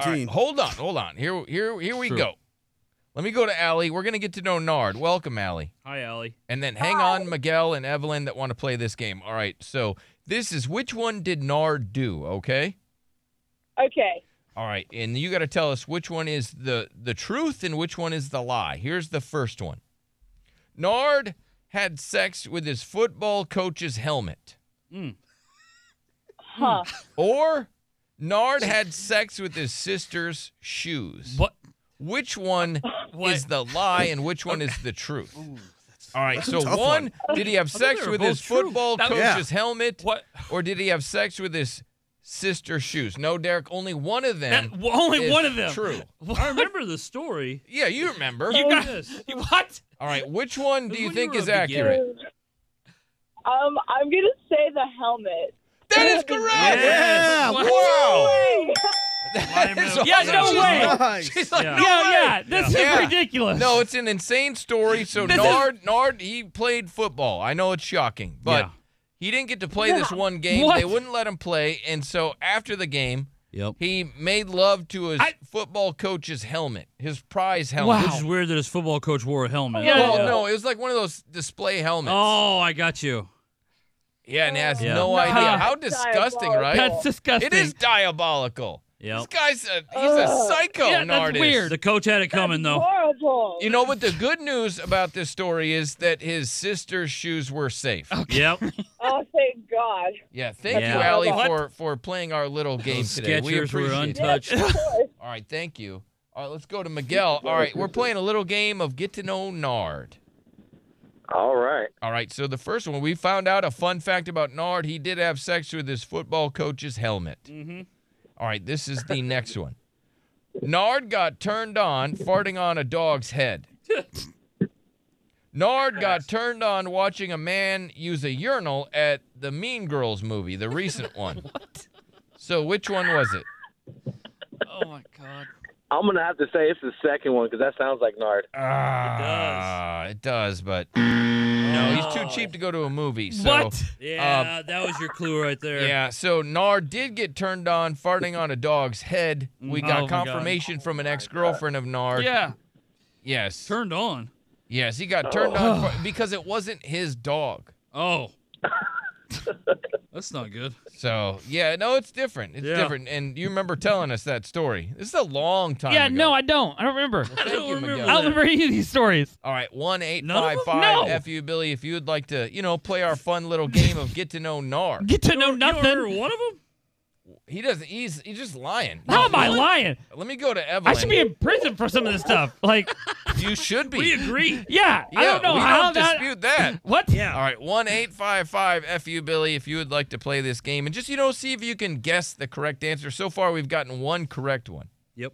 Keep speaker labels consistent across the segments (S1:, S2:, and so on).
S1: All right,
S2: 17.
S1: hold on, hold on. Here, here, here we
S3: Sure.
S1: go. Let me go to Allie. We're gonna get to know Nard. Welcome, Allie.
S3: Hi, Allie.
S1: And then hang on, Miguel and Evelyn that want to play this game. All right, so this is which one did Nard do? Okay.
S4: Okay.
S1: All right, and you got to tell us which one is the the truth and which one is the lie. Here's the first one. Nard had sex with his football coach's helmet,
S3: Mm.
S4: Huh.
S1: or Nard had sex with his sister's shoes.
S3: What?
S1: Which one
S3: What?
S1: is the lie and which one is the truth? All right,
S2: That's a
S1: so
S2: tough
S1: one, did he have
S3: thought
S1: sex
S3: they were
S1: with his
S3: both true.
S1: football
S3: That-
S1: coach's
S3: Yeah.
S1: helmet,
S3: What?
S1: or did he have sex with his sister's shoes? No, Derek, only one of
S3: That,
S1: them.
S3: well, only
S1: is
S3: one of them.
S1: True.
S3: I remember the story.
S1: Yeah, you remember.
S3: You got
S5: Yes.
S3: you- what?
S1: All right, which one do
S3: When
S1: you
S3: you
S1: think
S3: were
S1: is
S3: a beginner.
S1: accurate?
S4: Um, I'm gonna say the helmet.
S1: That is correct.
S3: Yes.
S1: Wow.
S3: What?
S1: That is
S3: Yeah,
S1: awesome.
S3: no
S1: She's
S3: way.
S1: like-
S2: Nice.
S1: She's like,
S3: yeah,
S1: no
S3: yeah,
S1: way.
S3: yeah. This
S1: Yeah.
S3: is ridiculous.
S1: No, it's an insane story. So
S3: This is-
S1: Nard, Nard, he played football. I know it's shocking, but
S3: Yeah.
S1: he didn't get to play this one game.
S3: What?
S1: They wouldn't let him play, and so after the game,
S2: Yep.
S1: he made love to his
S3: I-
S1: football coach's helmet, his prize helmet.
S3: Which is weird that his football coach wore a helmet.
S4: Yeah,
S1: Well,
S4: yeah.
S1: no, it was like one of those display helmets.
S3: Oh, I got you.
S1: Yeah, and he has
S3: Yeah.
S1: no
S3: No.
S1: idea. How disgusting,
S4: Diabolical.
S1: right?
S3: That's disgusting.
S1: It is diabolical.
S3: Yep.
S1: This guy's a he's a
S4: Ugh.
S1: psycho
S3: yeah,
S1: an
S3: that's
S1: artist.
S3: weird. The coach had it coming though.
S4: Horrible.
S1: You know what the good news about this story is that his sister's shoes were safe.
S3: Yep.
S4: oh, thank God.
S1: Yeah, thank you,
S3: Yeah.
S1: Allie,
S4: What?
S1: for for playing our little game
S3: Those
S1: today. We
S3: Skechers were
S1: appreciate it.
S3: untouched.
S4: Yes, of course.
S1: All right, thank you. All right, let's go to Miguel. All right, we're playing a little game of get to know Nard.
S6: All right.
S1: All right, so the first one we found out a fun fact about Nard. He did have sex with his football coach's helmet.
S3: Mhm.
S1: All right, this is the next one. Nard got turned on farting on a dog's head. Nard got turned on watching a man use a urinal at the Mean Girls movie, the recent one. So which one was it?
S3: oh my god.
S6: I'm going to have to say it's the second one because that sounds like Nard.
S1: Ah, it does, but no, he's too cheap to go to a movie. So
S3: what? Yeah, that was your clue right there.
S1: Yeah, so Nard did get turned on farting on a dog's head. We got
S3: Oh my God.
S1: confirmation from an ex-girlfriend of Nard.
S3: Yeah.
S1: Yes.
S3: Turned on.
S1: yes, he got turned on for, because it wasn't his dog.
S3: Oh. That's not good.
S1: So, yeah, no, it's different. It's
S3: Yeah.
S1: different. And you remember telling us that story. This is a long time
S5: Yeah,
S1: ago.
S5: no, I don't. I don't remember.
S1: Thank
S3: I don't
S1: you,
S3: remember
S1: Miguel.
S5: I don't remember any of these stories.
S1: All right, one eight
S3: None of
S1: five
S3: them?
S1: five
S5: No.
S1: FU Billy. If you would like to, you know, play our fun little game of get to know Nard.
S5: Get to know
S3: You don't remember
S5: nothing.
S3: one of them?
S1: He doesn't. He's he's just lying.
S5: How am I lying?
S1: Let me go to
S5: I
S1: Evelyn.
S5: should be in prison for some of this stuff. Like,
S1: You should be.
S3: We agree.
S5: yeah,
S1: Yeah,
S5: I don't know
S1: we
S5: how
S1: don't
S5: that.
S1: dispute that.
S5: What?
S3: Yeah.
S1: All right, one eight five five fu Billy. If you would like to play this game and just you know see if you can guess the correct answer. So far, we've gotten one correct one.
S3: Yep.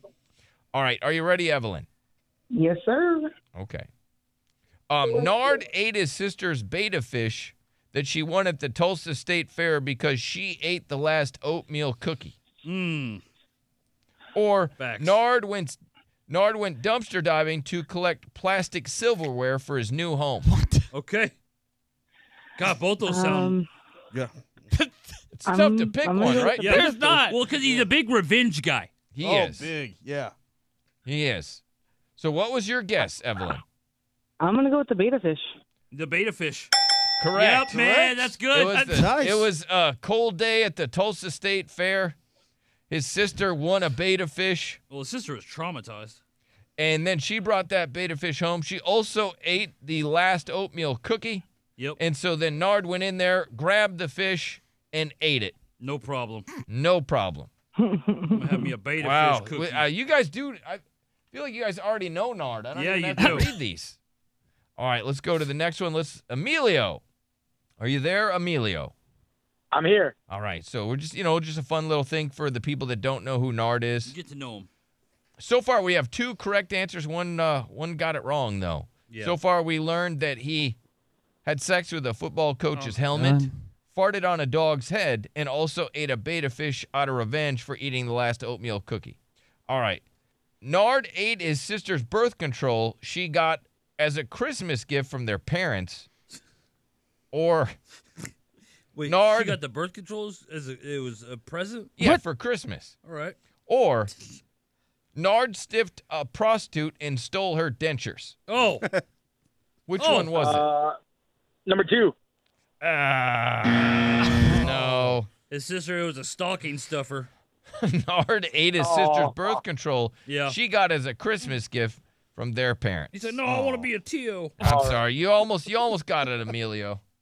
S1: All right, are you ready, Evelyn?
S7: Yes, sir.
S1: Okay. Um, Nard ate his sister's beta fish that she won at the Tulsa State Fair because she ate the last oatmeal cookie.
S3: Mm.
S1: Or
S3: Facts.
S1: Nard went Nard went dumpster diving to collect plastic silverware for his new home.
S3: Okay. God, both those sound.
S7: Um,
S2: Yeah.
S1: It's
S7: I'm-
S1: tough to pick
S7: I'm gonna
S1: one,
S7: go with
S1: right?
S7: the-
S3: Yeah.
S5: There's not.
S3: Well, because he's a big revenge guy.
S1: He
S2: oh,
S1: is.
S2: big. Yeah.
S1: He is. So what was your guess, Evelyn?
S7: I'm gonna go with the beta fish.
S3: The beta fish.
S1: Correct.
S3: Yep, man, that's good.
S1: It was,
S3: That's-
S1: the-
S2: Nice.
S1: it was a cold day at the Tulsa State Fair. His sister won a beta fish,
S3: Well, his sister was traumatized.
S1: and then she brought that beta fish home. She also ate the last oatmeal cookie,
S3: Yep.
S1: and so then Nard went in there, grabbed the fish, and ate it.
S3: No problem.
S1: No problem.
S3: I'm gonna have me a beta
S1: wow.
S3: fish
S1: We-
S3: cookie.
S1: uh, you guys do. I feel like you guys already know Nard. I don't
S3: Yeah,
S1: even
S3: you
S1: have to
S3: do.
S1: read these. All right, let's go to the next one. Let's Emilio. Are you there, Emilio?
S6: I'm here.
S1: All right, so we're just you know just a fun little thing for the people that don't know who Nard
S3: You
S1: is.
S3: get to know him.
S1: So far, we have two correct answers. One uh, one got it wrong though.
S3: Yeah.
S1: So far, we learned that he had sex with a football
S3: Oh,
S1: coach's helmet, farted on a dog's head, and also ate a beta fish out of revenge for eating the last oatmeal cookie. All right, Nard ate his sister's birth control she got as a Christmas gift from their parents, or
S3: Wait,
S1: Nard-
S3: she got the birth controls as a, it was a present.
S1: yeah for Christmas.
S3: All right.
S1: Or Nard stiffed a prostitute and stole her dentures.
S3: Oh,
S1: Which
S3: Oh.
S1: one was
S6: Uh, number two.
S1: it? Ah, no.
S3: his sister was a stocking stuffer.
S1: Nard ate his
S6: Oh.
S1: sister's birth control
S3: Yeah.
S1: she got as a Christmas gift from their parents.
S3: He said, "No, I want to be a T.O."
S1: I'm sorry. You almost you almost got it, Emilio.